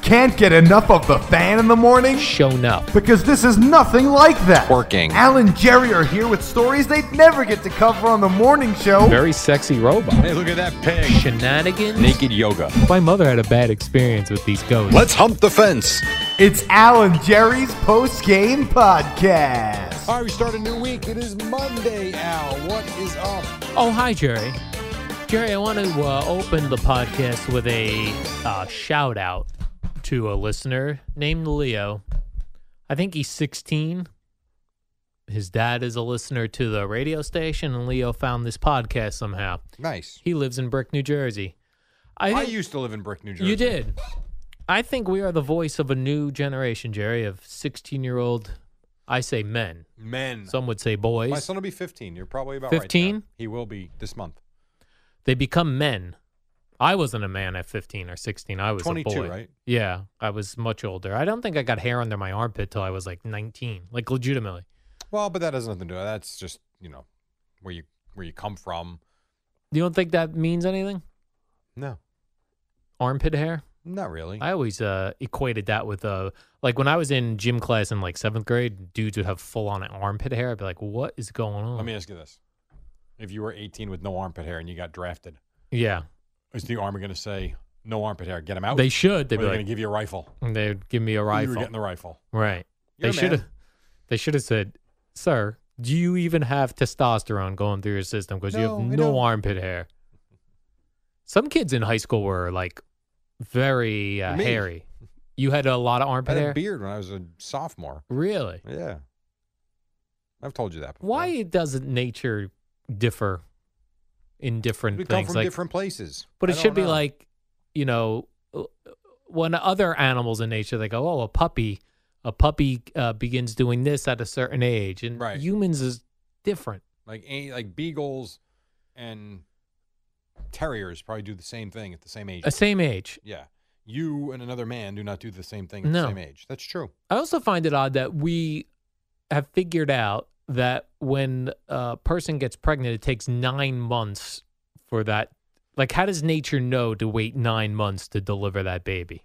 Can't get enough of the fan in the morning? shown up. Because this is nothing like that. Working. Al and Jerry are here with stories they'd never get to cover on the morning show. Very sexy robot. Hey, look at that pig. Shenanigans. Naked yoga. My mother had a bad experience with these ghosts. Let's hump the fence. It's Al and Jerry's post game podcast. All right, we start a new week. It is Monday, Al. What is up? Oh, hi, Jerry. Jerry, I want to uh, open the podcast with a uh, shout out to a listener named Leo. I think he's 16. His dad is a listener to the radio station, and Leo found this podcast somehow. Nice. He lives in Brick, New Jersey. I, I think- used to live in Brick, New Jersey. You did. I think we are the voice of a new generation, Jerry, of 16 year old, I say men. Men. Some would say My boys. son will be 15. You're probably about right. 15? there. He will be this month. they become men. I wasn't a man at 15 or 16. I was a 22, boy. right? Yeah, I was much older. I don't think I got hair under my armpit till I was like 19, like legitimately. Well, but that has nothing to do with it. That's just, you know, where you where you come from. You don't think that means anything? No. Armpit hair? Not really. I always uh, equated that with uh, like when I was in gym class in like seventh grade, dudes would have full on armpit hair. I'd be like, what is going on? Let me ask you this. If you were 18 with no armpit hair and you got drafted, yeah, is the army going to say, no armpit hair, get him out? they should. Or They'd They're be going like, to give you a rifle. they'd give me a You rifle. were getting the rifle. Right. they You're a should man. have. They should have said, "Sir, do you even have testosterone going through your system because you No, I have don't." no armpit hair?" Some kids in high school were like very uh, Me. hairy. You had a lot of I armpit had a hair. beard when I was a sophomore. Really? Yeah. I've told you that before. Why doesn't nature differ in different We come things? from Like, different places. but I it should don't be know. like, you know, uh, when other animals in nature they go, "Oh, a puppy." A puppy uh, begins doing this at a certain age, and Right. humans is different. like a- like beagles and terriers probably do the same thing at the same age. Uh, same age. yeah, you and another man do not do the same thing at No. the same age. That's true. I also find it odd that we have figured out that when a person gets pregnant, it takes nine months for that. Like, how does nature know to wait nine months to deliver that baby?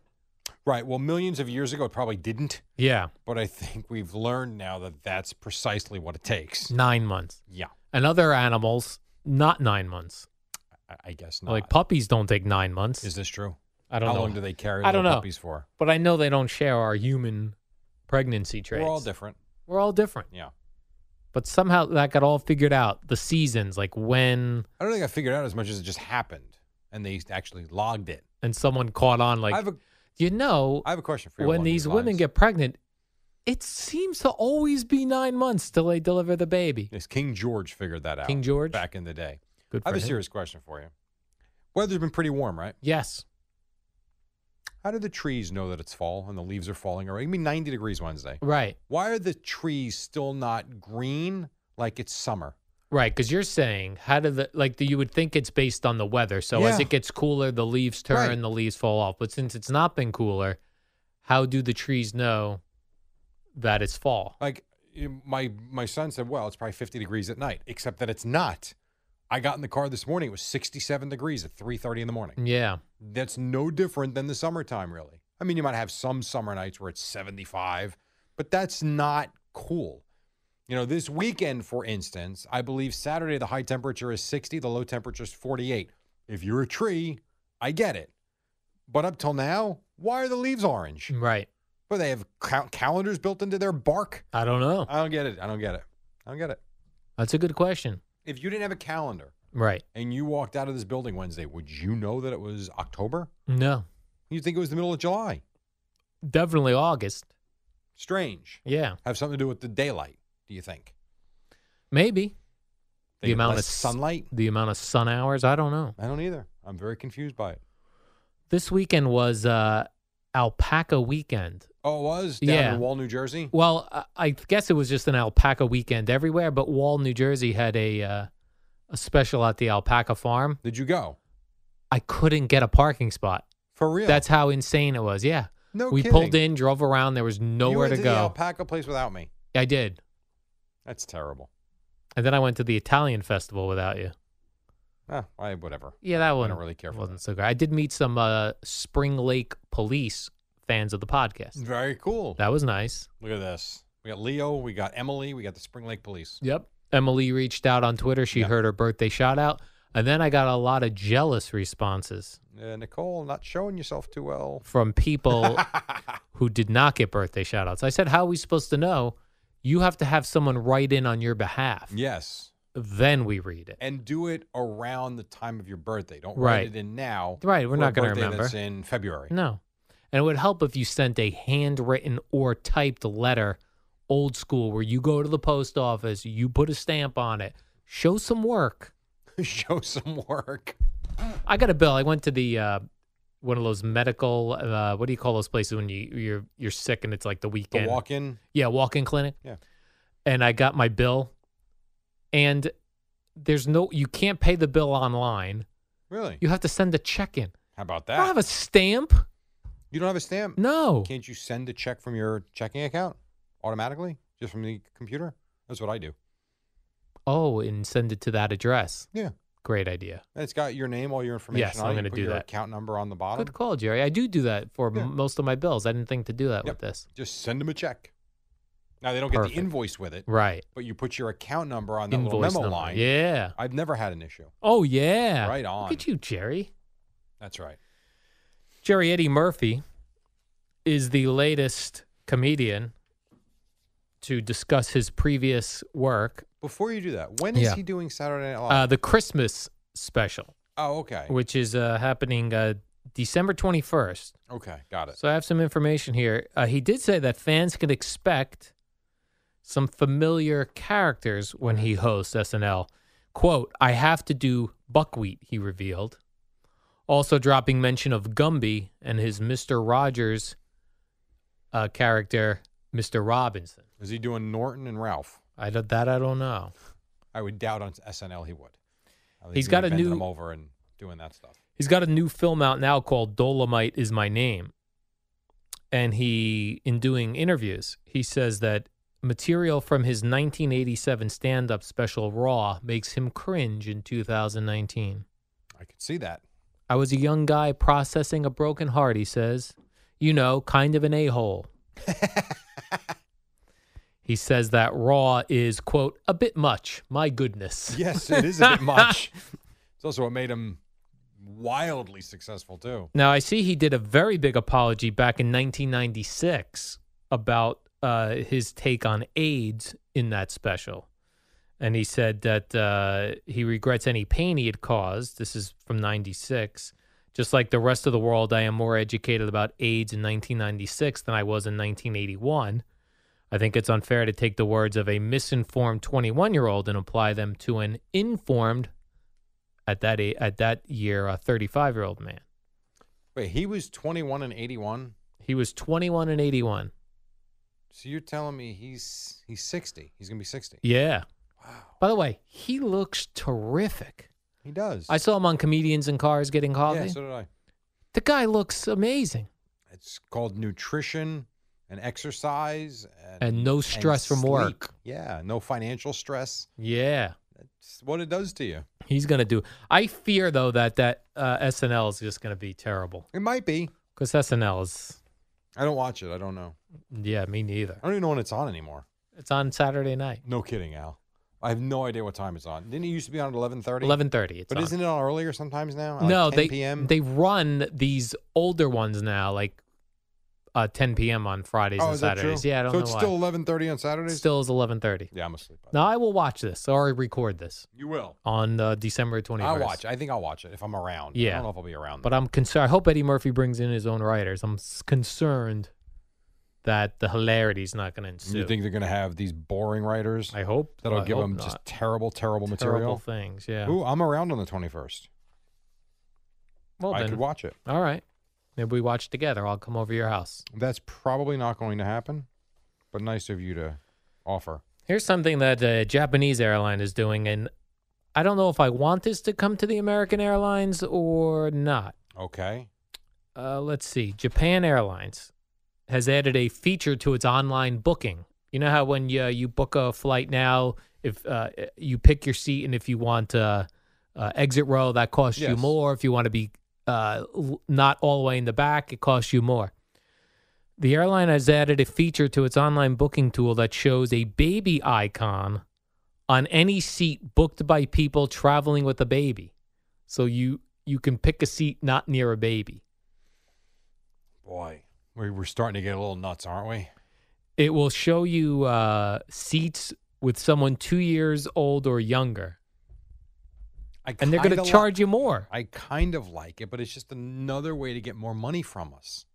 Right. Well, millions of years ago, it probably didn't, Yeah, but I think we've learned now that that's precisely what it takes. nine months. Yeah, And other animals, not nine months. I, I guess not. Like puppies don't take nine months. is this true? I don't How know. long do they carry I don't know. little puppies for? but I know they don't share our human pregnancy traits. We're all different. We're all different. Yeah. But somehow that got all figured out. The seasons, like when, I don't think I figured out as much as it just happened, and they actually logged it. and someone caught on. Like I have a you know, I have a question for you. when along these women lines. get pregnant, it seems to always be nine months till they deliver the baby. Yes, King George figured that out. King George? Back in the day. Good for I have a him. serious question for you. Weather's been pretty warm, right? Yes, How do the trees know that it's fall and the leaves are falling already? I mean, 90 degrees Wednesday. right, Why are the trees still not green like it's summer? right. Because you're saying how do the like the, you would think it's based on the weather. So as Yeah. it gets cooler, the leaves turn, Right. the leaves fall off. But since it's not been cooler, how do the trees know that it's fall? Like you- my my son said, well, it's probably 50 degrees at night, except that it's not. I got in the car this morning. It was 67 degrees at 3:30 in the morning. Yeah, That's no different than the summertime, really. I mean, you might have some summer nights where it's 75, but that's not cool. You know, this weekend, for instance, I believe Saturday the high temperature is 60, the low temperature is 48. If you're a tree, I get it. But up till now, why are the leaves orange? right. But they have cal- calendars built into their bark. I don't know. I don't get it. I don't get it. I don't get it. That's a good question. If you didn't have a calendar Right? and you walked out of this building Wednesday, would you know that it was October? No, You'd think it was the middle of July. definitely August. Strange. Yeah, Have something to do with the daylight, do you think? maybe the They get amount of less s- sunlight? the amount of sun hours. I don't know. I don't either. I'm very confused by it. This weekend was uh, alpaca weekend. Oh, it was down Yeah. in Wall, New Jersey. Well, I- I guess it was just an alpaca weekend everywhere, but Wall, New Jersey had a uh, a special at the alpaca farm. Did you go I couldn't get a parking spot. for real? That's how insane it was. Yeah. no. we kidding. pulled in, drove around, there was you nowhere went to The go. alpaca place without me. I did. That's terrible. And then I went to the Italian festival without you. Ah, I whatever. Yeah, that one really care for wasn't so great. I did meet some uh, Spring Lake police fans of the podcast. Very cool. That was nice. Look at this. We got Leo. We got Emily. We got the Spring Lake Police. Yep. Emily reached out on Twitter. She Yeah. heard her birthday shout out. And then I got a lot of jealous responses Uh, Nicole, not showing yourself too well. from people who did not get birthday shout outs. I said, How are we supposed to know? You have to have someone write in on your behalf. Yes, Then we read it. and do it around the time of your birthday. Don't Right. write it in now. Right, we're for a not gonna birthday remember. That's in February. No. And it would help if you sent a handwritten or typed letter, old school, where you go to the post office, you put a stamp on it, show some work. Show some work. I got a bill. I went to the uh, one of those medical. Uh, what do you call those places when you you're you're sick and it's like the The weekend? walk-in. yeah, walk-in clinic. Yeah. And I got my bill, and there's no you can't pay the bill online. Really? You have to send a check in. How about I that? don't have a stamp. you don't have a stamp. No. Can't you send a check from your checking account automatically, just from the computer? That's what I do. Oh, and send it to that address. Yeah. Great idea. And it's got your name, all your information. Yes, on I'm it. You gonna put do your that. Account number on the bottom. Good call, Jerry. I do do that for Yeah. m- most of my bills. I didn't think to do that Yep. with this. Just send them a check. Now they don't get Perfect. the invoice with it, Right. but you put your account number on that little Invoice memo number. line. Yeah. I've never had an issue. Oh yeah. Right on. Look at you, Jerry. That's right. Jerry Eddie Murphy is the latest comedian to discuss his previous work, Before you do that, when is Yeah. he doing Saturday Night Live? uh, the Christmas special, oh, okay. which is uh, happening uh, December twenty first. Okay, got it. So I have some information here. Uh, he did say that fans can expect some familiar characters when he hosts SNL. Quote, I have to do buckwheat, he revealed. Also dropping mention of Gumby and his Mr. Rogers uh, character, Mr. Robinson. Is he doing Norton and Ralph? I don't, that I don't know. I would doubt on SNL he would. I think He's he'd got be a bending new- him over and doing that stuff. He's got a new film out now called Dolomite is My Name. And he, in doing interviews, he says that material from his 1987 stand up special Raw makes him cringe in 2019. I could see that. I was a young guy processing a broken heart, he says. You know, kind of an a hole. he says that Raw is, quote, a bit much. My goodness. Yes, it is a bit much. It's also what made him wildly successful too. Now I see he did a very big apology back in 1996 about uh, his take on AIDS in that special, and he said that uh, he regrets any pain he had caused. This is from '96. Just like the rest of the world, I am more educated about AIDS in 1996 than I was in 1981. I think it's unfair to take the words of a misinformed 21 year old and apply them to an informed, at that, a- at that year, a 35 year old man. Wait, he was 21 and 81. He was 21 and 81. So you're telling me he's he's 60. He's going to be 60. Yeah. Wow. By the way, he looks terrific. He does. I saw him on Comedians in Cars getting coffee. Yeah, so did I. the guy looks amazing. It's called nutrition and exercise and, And no stress from work. sleep. Yeah, no financial stress. Yeah. It's what it does to you. He's going to do. I fear, though, that that uh, SNL is just going to be terrible It might be. because SNL is, I don't watch it. I don't know. yeah, me neither. I don't even know when it's on anymore. It's on Saturday night, No kidding, Al. I have no idea what time it's on. Didn't it used to be on at 11:30? 11.30. It's But on. isn't it on earlier sometimes now? At like no, 10 they, p.m. they run these older ones now, like uh, 10 p.m. on Fridays oh, and is that true? Saturdays. Yeah, I don't so know it's why. still 11:30 on Saturdays. still is 11.30. Yeah, I'm asleep. by then. Now I will watch this or record this You will. on uh, December 21st. I'll watch. it. I think I'll watch it if I'm around. I Yeah. don't know if I'll be around. But I'm concerned. I hope Eddie Murphy brings in his own writers. I'm s- concerned that the hilarity's not going to though. ensue. you think they're going to have these boring writers I hope that'll I give hope them not. just terrible, terrible terrible material? things. Yeah. Ooh, I'm around on the 21st. well I then, could watch it. all right. Maybe we watch together. I'll come over to your house. That's probably not going to happen, but nice of you to offer. Here's something that a Japanese airline is doing, and I don't know if I want this to come to the American Airlines or not. Okay. Uh, let's see. Japan Airlines has added a feature to its online booking. You know how when you, you book a flight now, if uh, you pick your seat and if you want uh, uh, exit row, that costs you Yes. more. If you want to be uh, l- not all the way in the back, it costs you more. The airline has added a feature to its online booking tool that shows a baby icon on any seat booked by people traveling with a baby. So you you can pick a seat not near a baby. Boy, we- we're starting to get a little nuts, aren't we? It will show you uh, seats with someone two years old or younger, I and they're going kinda to li- charge you more. I kind of like it, but it's just another way to get more money from us,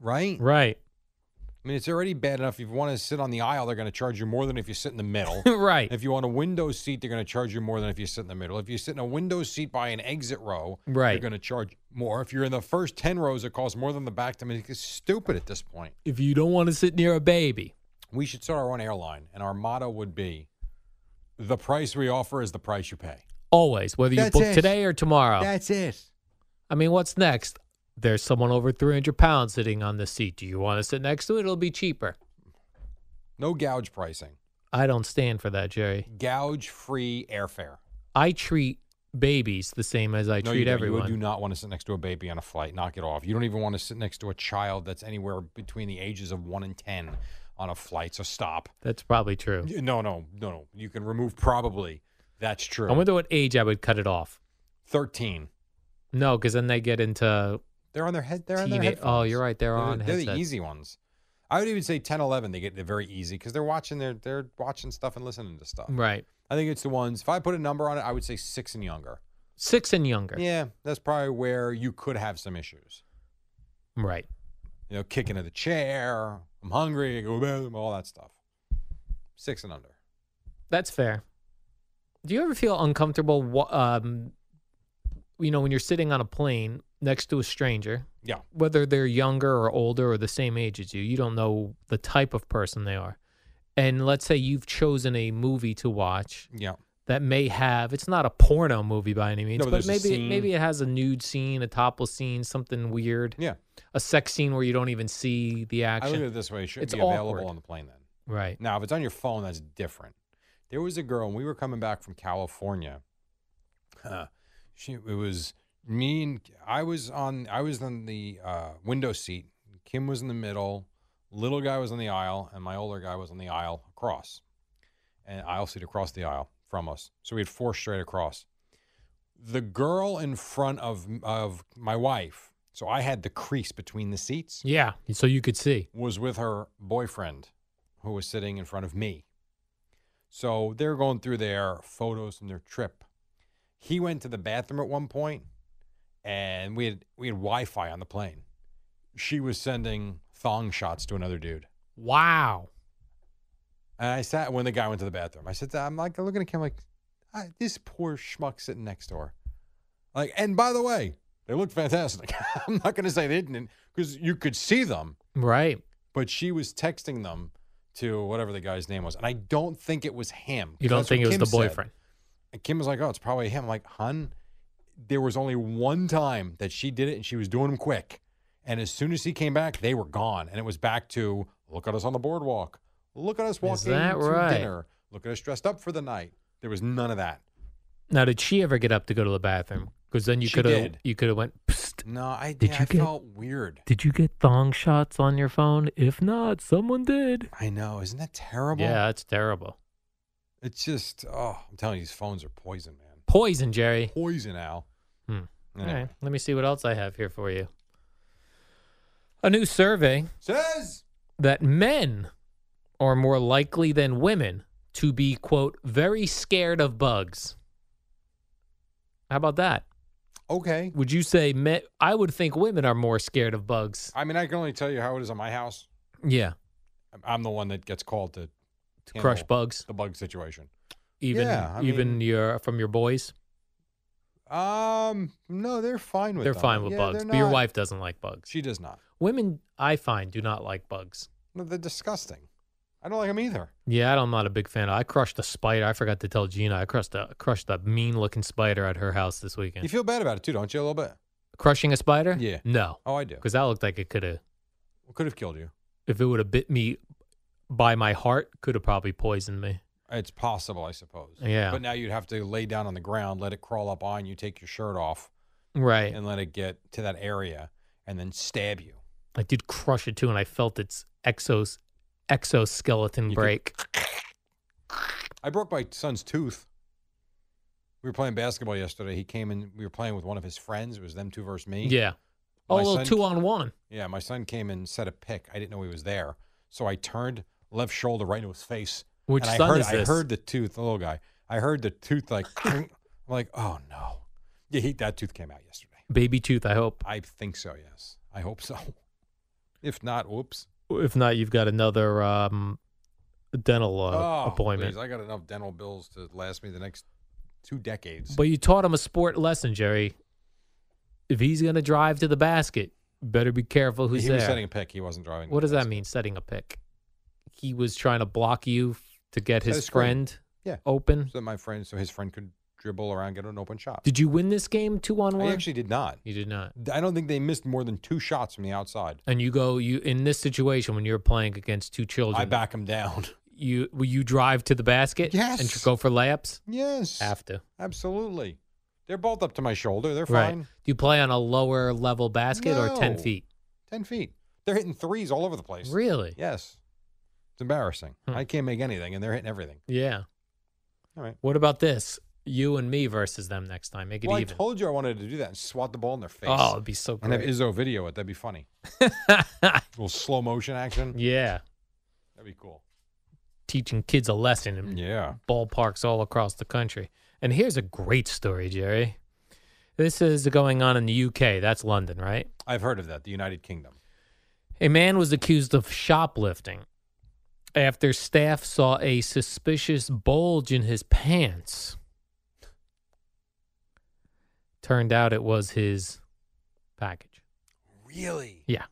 right? Right, I mean, it's already bad enough. If you want to sit on the aisle, they're going to charge you more than if you sit in the middle. right, if you want a window seat, they're going to charge you more than if you sit in the middle. If you sit in a window seat by an exit row, they're Right. going to charge more. If you're in the first 10 rows, it costs more than the back. I mean, it's stupid at this point. if you don't want to sit near a baby. We should start our own airline, and our motto would be the price we offer is the price you pay. Always, whether you That's book it. today or tomorrow. That's it. I mean, what's next? There's someone over 300 pounds sitting on the seat. Do you want to sit next to it? It'll be cheaper. No gouge pricing, I don't stand for that, Jerry. gouge free airfare. I treat babies the same as I no, you treat don't. everyone. You do not want to sit next to a baby on a flight. Knock it off. You don't even want to sit next to a child that's anywhere between the ages of one and ten on a flight. So stop. That's probably true. Y- No, no, no, no. You can remove probably. That's true. I wonder what age I would cut it off. Thirteen. No, because then they get into They're on their head. They're on their Teenage- head. oh, you're right, they're they're on the- They're the headsets. easy ones. I would even say 10, 11. They get they're very easy because they're watching. They're they're watching stuff and listening to stuff. right I think it's the ones. If I put a number on it, I would say six and younger. six and younger. Yeah, that's probably where you could have some issues. Right. you know, kicking at the chair. I'm hungry. I go to the bathroom, all that stuff. Six and under. That's fair. Do you ever feel uncomfortable? wa- Um, you know, when you're sitting on a plane next to a stranger, Yeah. whether they're younger or older or the same age as you, you don't know the type of person they are. And let's say you've chosen a movie to watch Yeah. that may have it's not a porno movie by any means, No, but but there's a maybe scene. maybe it has a nude scene, a topless scene, something weird, Yeah. a sex scene where you don't even see the I look at action. it this way. It should It's be available awkward. on the plane then. Right. Now, if it's on your phone, that's different. There was a girl, and we were coming back from California. Huh. She, it was me and I was on. I was on the uh, window seat. Kim was in the middle. Little guy was on the aisle, and my older guy was on the aisle across, and aisle seat across the aisle from us. So we had four straight across. The girl in front of of my wife. So I had the crease between the seats Yeah. So you could see. was with her boyfriend who was sitting in front of me. So they're going through their photos from their trip. He went to the bathroom at one point and we had we had Wi-Fi on the plane. She was sending thong shots to another dude. Wow. And I sat when the guy went to the bathroom. I said, to- I'm like looking at him like, "Ah, this poor schmuck sitting next door. Like, and by the way, they looked fantastic. I'm not going to say they didn't because you could see them Right. but she was texting them to whatever the guy's name was, and I don't think it was him. You 'cause don't that's what think it was Kim the said. boyfriend? And Kim was like, "Oh, it's probably him." I'm like, "Hun, there was only one time that she did it, and she was doing him quick. And as soon as he came back, they were gone, and it was back to look at us on the boardwalk, look at us walking that to right? dinner, look at us dressed up for the night." There was none of that. Now, did she ever get up to go to the bathroom? Because then you She could have did. you could have went. Psst, No, I Did yeah, you I get- felt weird. did you get thong shots on your phone? If not, someone did. I know, isn't that terrible? Yeah, that's terrible. it's just oh, I'm telling you, these phones are poison, man. Poison, Jerry. Poison, Al. Hmm. All Anyway. right, let me see what else I have here for you. A new survey Says. that men are more likely than women to be quote very scared of bugs. How about that? Okay. Would you say men? I would think women are more scared of bugs. I mean, I can only tell you how it is on my house. Yeah, I'm- I'm the one that gets called to to crush handle bugs. the bug situation. even Yeah, I even mean- your from your boys. Um, no, they're fine with They're them. fine with Yeah, bugs, they're but your not- wife doesn't like bugs. She does not. Women, I find, do not like bugs. No, they're disgusting. I don't like them either. Yeah, I don't- I'm not a big fan. I crushed a spider. I forgot to tell Gina. I crushed a crushed a mean looking spider at her house this weekend. You feel bad about it too, don't you? A little bit. Crushing a spider? Yeah. No, Oh, I do. because that looked like it could have. Could have killed you. If it would have bit me by my heart, could have probably poisoned me. It's possible, I suppose. Yeah. But now you'd have to lay down on the ground, let it crawl up on you, take your shirt off, Right. and let it get to that area, and then stab you. I did crush it too, and I felt its exos exoskeleton You could- break. I broke my son's tooth. We were playing basketball yesterday. He came in. We were playing with one of his friends. It was them two versus me. Yeah. Oh, a My little son- two on one. Yeah, my son came and set a pick. I didn't know he was there. So I turned left shoulder right into his face. Which and I son heard, is this? I heard the tooth, the little guy. I heard the tooth like, I'm like, oh no. Yeah, he, that tooth came out yesterday. Baby tooth, I hope. I think so, yes. I hope so. If not, whoops. If not, you've got another um, dental uh, Oh, appointment. please, I got enough dental bills to last me the next two decades. But you taught him a sport lesson, Jerry. If he's going to drive to the basket, better be careful who's he there. was setting a pick. He wasn't driving. what the does that bus. mean, setting a pick? He was trying to block you f- to get Set a his screen. friend Yeah. open. So that my friend, so his friend could dribble around, get an open shot. Did you win this game two on I one? actually did not. you did not. I don't think they missed more than two shots from the outside. And you go you in this situation when you're playing against two children. I back him down. You will you drive to the basket? And Yes. tr- go for layups. Yes. Have to. Absolutely. They're both up to my shoulder. They're Right. fine. Do you play on a lower level basket or ten No. feet? 10 feet. They're hitting threes all over the place. Really? Yes. It's embarrassing. Hmm. I can't make anything, and they're hitting everything. Yeah. All right. What about this? You and me versus them next time. Make it Well, I even. told you I wanted to do that and swat the ball in their face. oh, it'd be so and have great. Izzo video it. That'd be funny. little slow motion action. yeah. That'd be cool. Teaching kids a lesson in Yeah. ballparks all across the country. And here's a great story, Jerry. This is going on in the UK. That's London, right? I've heard of that. The United Kingdom. A man was accused of shoplifting after staff saw a suspicious bulge in his pants. Turned out it was his package. Really? Yeah.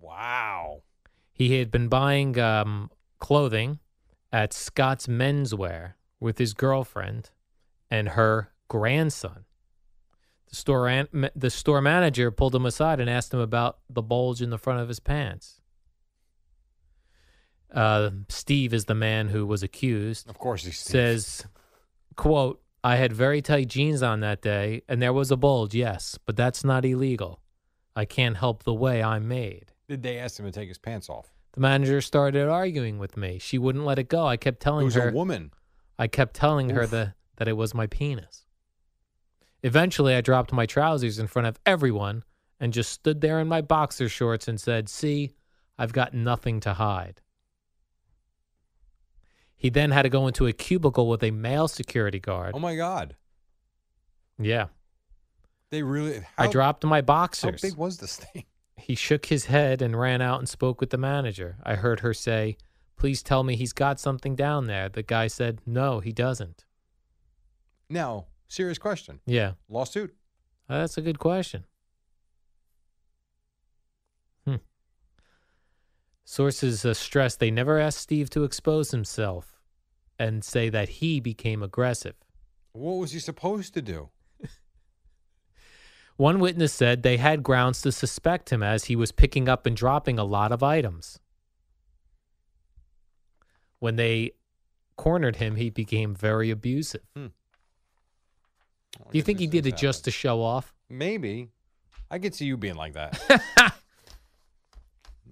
Wow. He had been buying um, clothing at Scott's Menswear with his girlfriend and her grandson. The store, an- ma- the store manager pulled him aside and asked him about the bulge in the front of his pants. Uh, Steve is the man who was accused Of course he says, quote, I had very tight jeans on that day and there was a bulge, yes, but that's not illegal. I can't help the way I'm made. Did they ask him to take his pants off? The manager started arguing with me. She wouldn't let it go. I kept it telling was her a woman. I kept telling her Oof. that that it was my penis. Eventually I dropped my trousers in front of everyone and just stood there in my boxer shorts and said, "See, I've got nothing to hide." He then had to go into a cubicle with a male security guard. Oh my God. yeah. They really. I how- dropped my How boxers. big was this thing? He shook his head and ran out and spoke with the manager. I heard her say, Please tell me he's got something down there. The guy said, No, he doesn't. Now, serious question. Yeah, Lawsuit. uh, that's a good question. Hmm. Sources uh, stress they never asked Steve to expose himself and say that he became aggressive. What was he supposed to do? One witness said they had grounds to suspect him as he was picking up and dropping a lot of items. When they cornered him, he became very abusive. Hmm. Well, I Do you guess think he these did it things just to happen. show off? Maybe. I could see you being like that.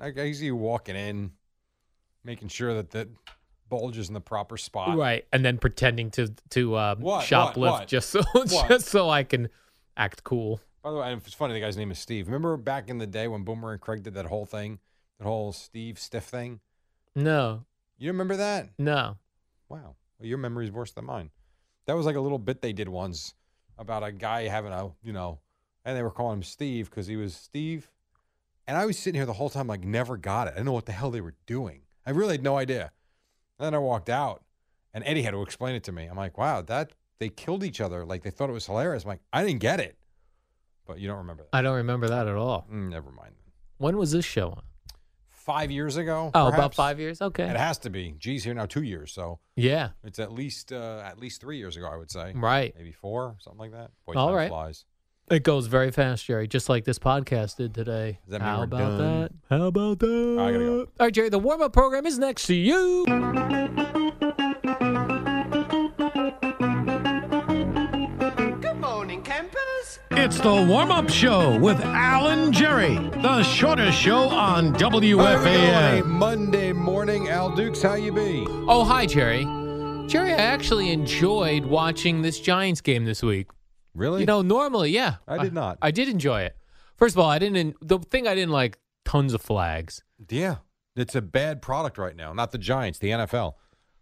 I I see you walking in, making sure that the bulge is in the proper spot. right, and then pretending to to um, What, shoplift what, what? just so What? just so I can act cool. By the way, and it's funny. The guy's name is Steve. Remember back in the day when Boomer and Craig did that whole thing, that whole Steve stiff thing. No, You remember that? no. Wow. Well, your memory's worse than mine. That was like a little bit they did once about a guy having a, you know, and they were calling him Steve because he was Steve. And I was sitting here the whole time, like, never got it. I didn't know what the hell they were doing. I really had no idea. And then I walked out and Eddie had to explain it to me. I'm like, wow, that they killed each other. Like they thought it was hilarious. I'm like, I didn't get it. But you don't remember that. I don't remember that at all. Mm, never mind. When was this show on? Five years ago. Oh, about perhaps? five years. It Okay. has to be. G's here now two years, so Yeah. it's at least uh, at least three years ago, I would say. Right. Maybe four, something like that. Boy, All time right. flies. It goes very fast, Jerry, just like this podcast did today. Does that mean How we're about done? that? How about that? I gotta go. All right, Jerry, the warm up program is next to you. It's the warm up show with Alan Jerry, the shortest show on There we go on a WFAN. Monday morning, Al Dukes, how you be? Oh, hi, Jerry. Jerry, I actually enjoyed watching this Giants game this week. Really? You know, normally, yeah. I did not. I, did enjoy it. First of all, I didn't. The thing I didn't like tons of flags, yeah. It's a bad product right now. Not the Giants, the NFL.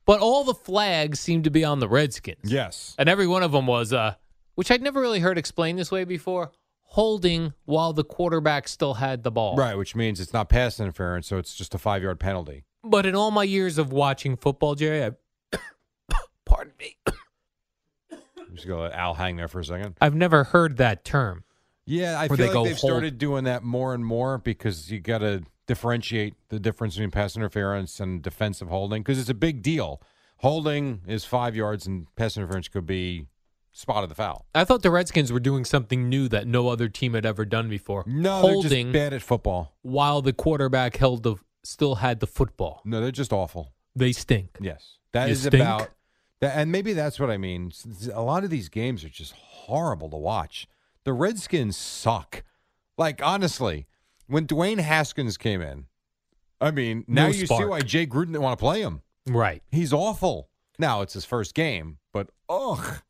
but all the flags seemed to be on the Redskins. Yes. and every one of them was, uh, which I'd never really heard explained this way before, holding while the quarterback still had the ball. Right, which means it's not pass interference, so it's just a five yard penalty. But in all my years of watching football, Jerry, I, pardon me, I'm just gonna let Al hang there for a second. I've never heard that term. Yeah, I Where feel they like go they've hold- started doing that more and more because you got to differentiate the difference between pass interference and defensive holding because it's a big deal. Holding is five yards, and pass interference could be spot of the foul. I thought the Redskins were doing something new that no other team had ever done before. No, they're holding just bad at football. while the quarterback held the still had the football. No, they're just awful. They stink. Yes, that You is stink? about that, and maybe that's what I mean. S- s- A lot of these games are just horrible to watch. The Redskins suck. Like honestly, when Dwayne Haskins came in, I mean, now No you see spark. why Jay Gruden didn't want to play him. Right. He's awful. Now it's his first game, but ugh,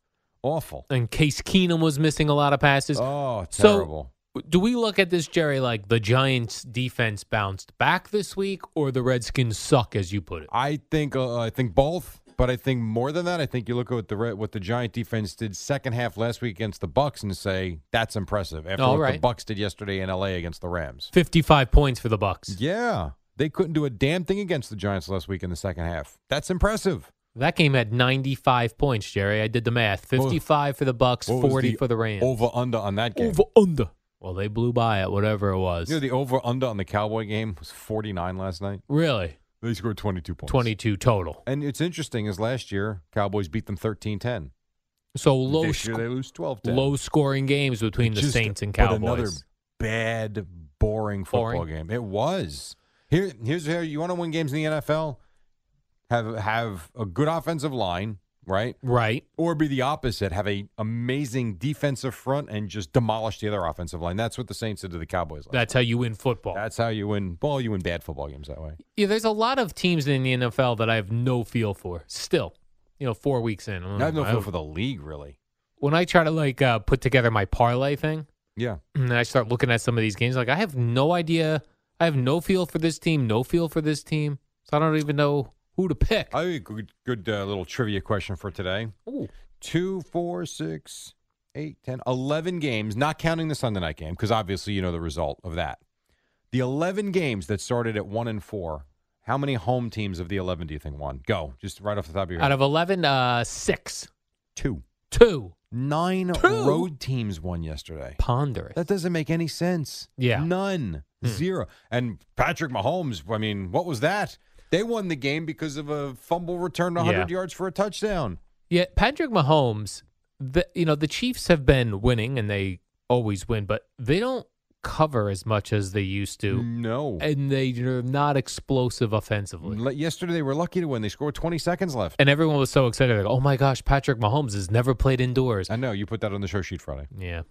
awful. And Case Keenum was missing a lot of passes. Oh, So- terrible. Do we look at this, Jerry, like the Giants' defense bounced back this week, or the Redskins suck, as you put it? I think uh, I think both, but I think more than that, I think you look at what the Red- what the Giant defense did second half last week against the Bucks and say that's impressive after All what the right. Bucks did yesterday in LA against the Rams. Fifty-five points for the Bucks. Yeah, they couldn't do a damn thing against the Giants last week in the second half. That's impressive. That game had ninety-five points, Jerry. I did the math: fifty-five for the Bucks, What was forty the for the Rams. Over under on that game. under. Well, they blew by it, whatever it was. You know, the over under on the Cowboy game was 49 last night. really, They scored 22 points. twenty-two total. And it's interesting is last year Cowboys beat them 13-10. So low, this year sc- they lose 12-10. low-scoring games between the Just- Saints and but Cowboys. another bad, boring football Boring. game. It was. Here, here's here. You want to win games in the NFL? Have have a good offensive line, right? right? Or be the opposite. Have a amazing defensive front and just demolish the other offensive line. That's what the Saints did to the Cowboys. Last That's how you win football. night. That's how you win. Well, you win bad football games that way. yeah, there's a lot of teams in the NFL that I have no feel for. Still, you know, four weeks in, I have no Mm, I- feel for the league, really. when I try to like uh, put together my parlay thing, Yeah. and I start looking at some of these games, like I have no idea. I have no feel for this team, no feel for this team. So I don't even know who to pick. I have a good, good uh, little trivia question for today. Ooh. Two, four, six, eight, ten, eleven games, not counting the Sunday night game, because obviously you know the result of that. The 11 games that started at 1 and 4, how many home teams of the 11 do you think won? Go, just right off the top of your Out head. of 11, uh, six, two. two. Nine Two? road teams won yesterday. Ponder it. That doesn't make any sense. Yeah. Hmm. None. Zero. And Patrick Mahomes, I mean, what was that? They won the game because of a fumble return to 100 Yeah. yards for a touchdown. Yeah, Patrick Mahomes, the, you know, the Chiefs have been winning and they always win, but they don't cover as much as they used to. No. And they are not explosive offensively. Le- Yesterday they were lucky to win. They scored 20 seconds left. and everyone was so excited. Like, oh my gosh, Patrick Mahomes has never played indoors. I know you put that on the show sheet Friday. Yeah.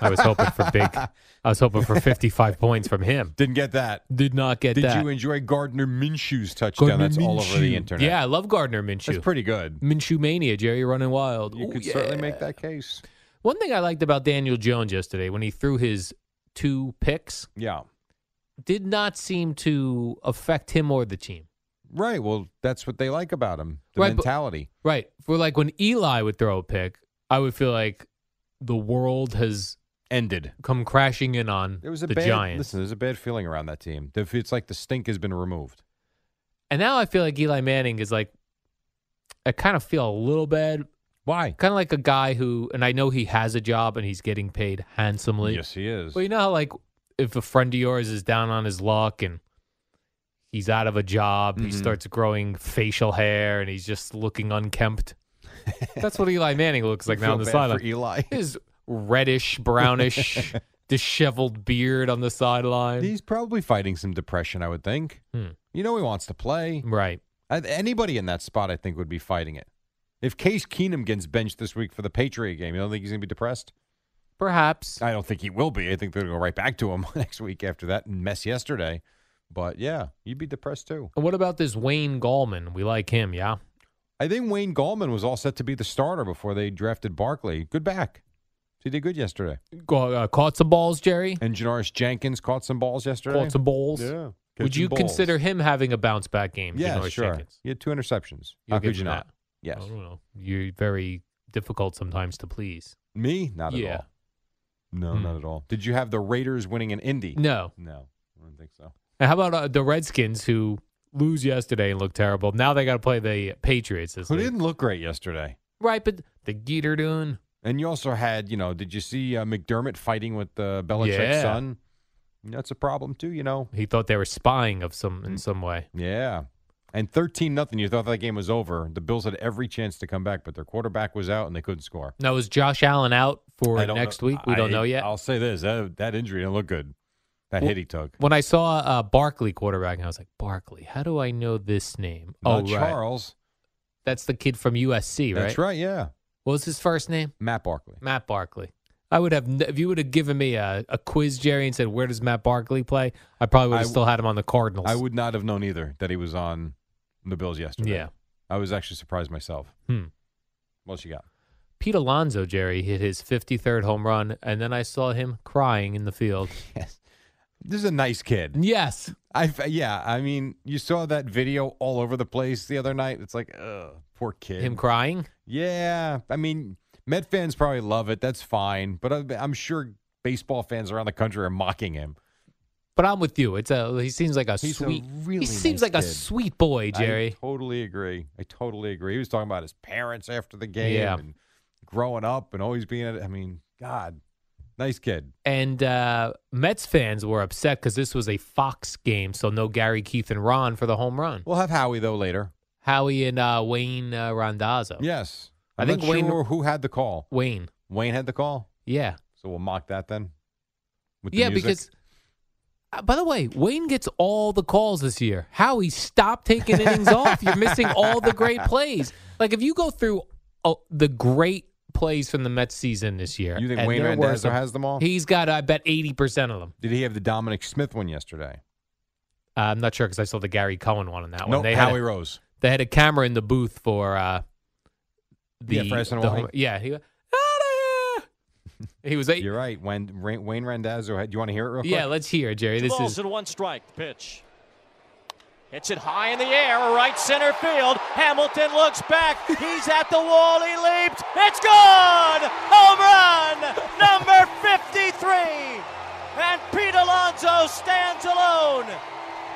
I was hoping for big. I was hoping for 55 points from him. Didn't get that. Did not get Did that. you enjoy Gardner Minshew's touchdown? That's all over the internet. Yeah, I love Gardner that's Minshew. pretty good. Minshew mania, Jerry running wild. You Ooh, could yeah. certainly make that case. One thing I liked about Daniel Jones yesterday when he threw his two picks Yeah. did not seem to affect him or the team. Right. Well, that's what they like about him. The Right, but- mentality. Right. For like when Eli would throw a pick, I would feel like the world has Ended. come crashing in on There was a the bad Giants. listen, there's a bad feeling around that team. If It's like the stink has been removed. And now I feel like Eli Manning is like, I kind of feel a little bad, Why? Kind of like a guy who, and I know he has a job and he's getting paid handsomely. Yes, he is. Well, you know how like if a friend of yours is down on his luck and he's out of a job, Mm-hmm. he starts growing facial hair and he's just looking unkempt. That's what Eli Manning looks like now Feel on the bad sideline. for Eli. His reddish, brownish, disheveled beard on the sideline. He's probably fighting some depression, I would think. Hmm. You know, he wants to play. right. I- Anybody in that spot, I think, would be fighting it. If Case Keenum gets benched this week for the Patriot game, you don't think he's going to be depressed? Perhaps. I don't think he will be. I think they're going to go right back to him next week after that mess yesterday. But yeah, you'd be depressed too. And what about this Wayne Gallman? We like him, yeah? I think Wayne Gallman was all set to be the starter before they drafted Barkley. Good back. He did good yesterday. Go- Uh, caught some balls, Jerry. And Janoris Jenkins caught some balls yesterday. Caught some balls. Yeah. Would catching you balls. consider him having a bounce back game? Yeah, Janoris sure. Jenkins? He had two interceptions. You'll How give could you him not? that. Yes. I don't know. You're very difficult sometimes to please. Me? Not at Yeah. all. No, Hmm. not at all. Did you have the Raiders winning in Indy? No. No, I don't think so. And how about uh, the Redskins who lose yesterday and look terrible? Now they got to play the Patriots. This Who week. didn't look great yesterday? Right, but the Geeter doing. And you also had, you know, did you see uh, McDermott fighting with uh, Belichick's Yeah. son? That's a problem too, you know. He thought they were spying of some Hmm. in some way. Yeah. And 13 nothing. You thought that game was over. The Bills had every chance to come back, but their quarterback was out and they couldn't score. Now is Josh Allen out for I don't next know- week? We don't I- know yet. I'll say this that, that injury didn't look good. That hit he took. when I saw uh, Barkley quarterback, and I was like, Barkley, how do I know this name? Not oh, right. Uh, Charles. That's the kid from USC, right? That's right. Yeah. What was his first name? Matt Barkley. Matt Barkley. I would have, n- if you would have given me a, a quiz, Jerry, and said, where does Matt Barkley play? I probably would I have w- still had him on the Cardinals. I would not have known either that he was on the Bills yesterday. Yeah. I was actually surprised myself. Hmm. What else you got? Pete Alonso, Jerry, hit his 53rd home run, and then I saw him crying in the field. This is a nice kid. yes. I yeah. I mean, you saw that video all over the place the other night. It's like, ugh, poor kid. Him crying? Yeah, I mean, Met fans probably love it. That's fine, but I- I'm sure baseball fans around the country are mocking him. But I'm with you. It's a. He seems like a He's a sweet. really he seems nice like a kid. sweet boy, I Jerry. totally agree. I totally agree. He was talking about his parents after the game Yeah. and growing up and always being. at I mean, God, nice kid. and uh, Mets fans were upset because this was a Fox game, so no Gary, Keith, and Ron for the home run. We'll have Howie though later. Howie and uh, Wayne uh, Rondazzo. Yes, I I'm think not Wayne- sure who had the call. Wayne. Wayne had the call, Yeah. so we'll mock that then. With the Yeah, music. because. Uh, by the way, Wayne gets all the calls this year. Howie, stop taking innings off. You're missing all the great plays. Like if you go through uh, the great plays from the Mets season this year, You think and Wayne there were Randazzo some- has them all? He's got, I bet, eighty percent of them. did he have the Dominic Smith one yesterday? Uh, I'm not sure because I saw the Gary Cohen one on that no, one. They had a- Howie Rose. they had a camera in the booth for uh, the Yeah, for SNY. the home- yeah. He, went, "Outta here!" he was eight. You're right. When Ra- Wayne Randazzo had, do you want to hear it real quick? Yeah, let's hear it, Jerry. This balls is in one strike. Pitch. Hits it high in the air, right center field. Hamilton looks back. He's at the wall. He leaps. It's gone! Home run number 53. And Pete Alonso stands alone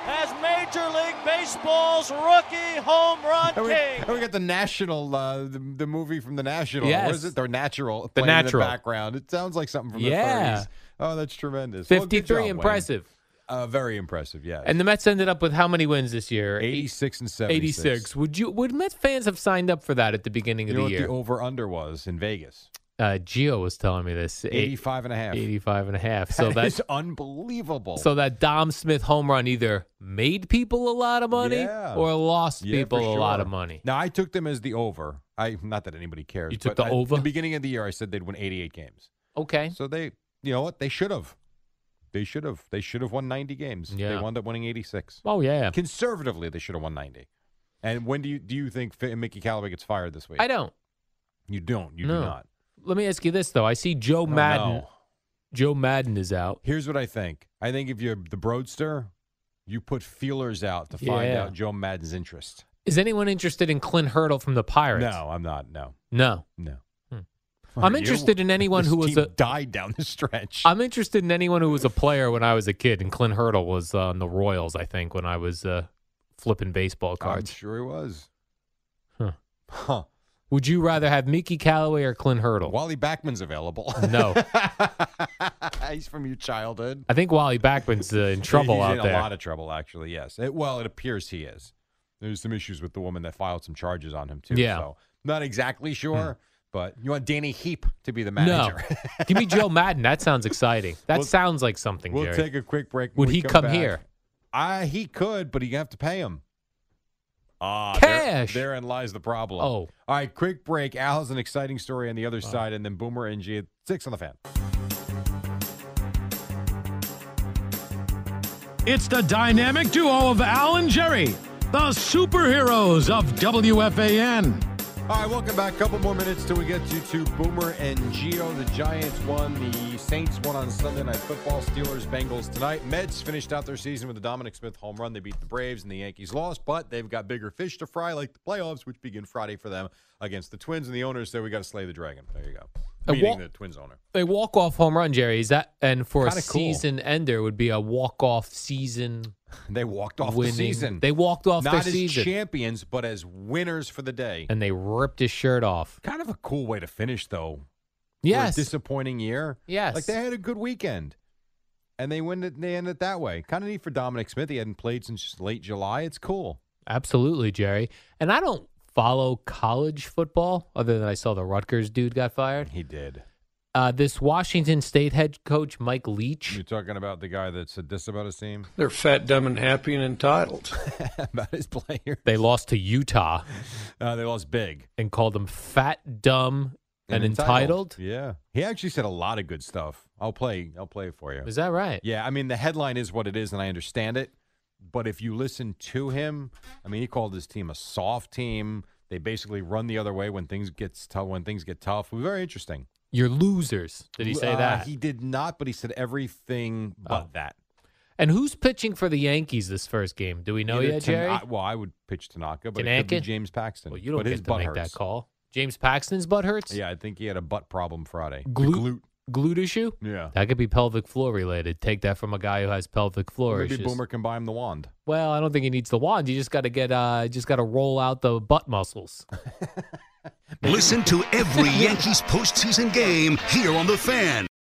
as Major League Baseball's rookie home run And we, king. and we got the national, uh, the, the movie from the national. What Yes. is it? The natural. The playing Natural. In the background. It sounds like something from Yeah. the 30s. Oh, that's tremendous. Well, good 53. job, Wayne. impressive. Uh, very impressive. Yes. And the Mets ended up with how many wins this year? 86 and 76. 86. Would you? Would Mets fans have signed up for that at the beginning You of know the what year? the over under was in Vegas? uh, Gio was telling me this. Eight- 85 and a half. 85 and a half. So that that's is unbelievable. so that Dom Smith home run either made people a lot of money Yeah. or lost Yeah, for people a lot sure. of money. Now I took them as the over. I not that anybody cares. You took but the I- over? the beginning of the year, I said they'd win 88 games. Okay. So they, you know what? They should have. They should have. They should have won 90 games. They Yeah. wound up winning 86. Oh yeah. Conservatively, they should have won 90. And when do you do you think Fi- Mickey Callaway gets fired this week? I don't. You don't. You No. do not. Let me ask you this though. I see Joe I don't Madden. know. Joe Madden is out. Here's what I think. I think if you're the Broadster, you put feelers out to find Yeah. out Joe Madden's interest. Is anyone interested in Clint Hurdle from the Pirates? No, I'm not. No, No. no. Hmm. Are I'm you? interested in anyone This who was team a- died down the stretch. I'm interested in anyone who was a player when I was a kid, and Clint Hurdle was uh, on the Royals, I think, when I was uh, flipping baseball I'm cards. sure he was. Huh. Huh. Would you rather have Mickey Callaway or Clint Hurdle? Wally Backman's available. No, He's from your childhood. I think Wally Backman's uh, in trouble He's out in there. a lot of trouble, actually. Yes. It- well, it appears he is. There's some issues with the woman that filed some charges on him too. Yeah. Hmm. So not exactly sure, but you want Danny Heap to be the no, manager. give me Joe Madden. That sounds exciting. That We'll- sounds like something. we'll Jerry. take a quick break. when Would we he come back. here? Uh, he could, but you have to pay him. Ah, Cash. There, therein lies the problem. Oh. All right, quick break. Al has an exciting story on the other side, and then Boomer and G at six on the fan. It's the dynamic duo of Al and Jerry, the superheroes of WFAN. All right, welcome back. couple more minutes till we get you to Boomer and Gio. The Giants won. The Saints won on Sunday Night Football. Steelers, Bengals tonight. Mets finished out their season with a Dominic Smith home run. They beat the Braves and the Yankees lost, but they've got bigger fish to fry, like the playoffs, which begin Friday for them against the Twins and the owners. So we got to slay the dragon. There you A go. Meeting wa- the Twins owner. a walk off home run, Jerry. Is that and for a Kinda cool. season ender would be a walk off season They walked off winning. the season. They walked off not their as season champions, but as winners for the day. and they ripped his shirt off. Kind of a cool way to finish, though. for a Yes, disappointing year. Yes. Like they had a good weekend. And they win it they end it that way. Kind of neat for Dominic Smith. He hadn't played since late July. It's cool. absolutely, Jerry. And I don't follow college football other than I saw the Rutgers dude got fired. He did. Uh, this Washington State head coach Mike Leach. You're talking about the guy that said this about his team? They're fat, dumb, and happy and entitled. about his player. They lost to Utah Uh, they lost big. and called them fat, dumb, and, entitled. Yeah. He actually said a lot of good stuff. I'll play I'll play it for you. Is that right? Yeah, I mean the headline is what it is, and I understand it. But if you listen to him, I mean, he called his team a soft team. They basically run the other way when things gets tough. When things get tough, very interesting. You're losers. Did he say Uh, that? He did not, but he said everything but Oh. that. And who's pitching for the Yankees this first game? Do we know Either yet, Tan- Jerry? I- well, I would pitch Tanaka, but it could Tanaka? be James Paxton. well, you don't but his get to butt make that hurts. call. James Paxton's butt hurts. Yeah, I think he had a butt problem Friday. The glute, glute issue. Yeah, That could be pelvic floor related. Take that from a guy who has pelvic floor maybe issues. Boomer can buy him the wand. Well, I don't think he needs the wand. You just got to get, uh, just got to roll out the butt muscles. Listen to every Yankees postseason game here on The Fan.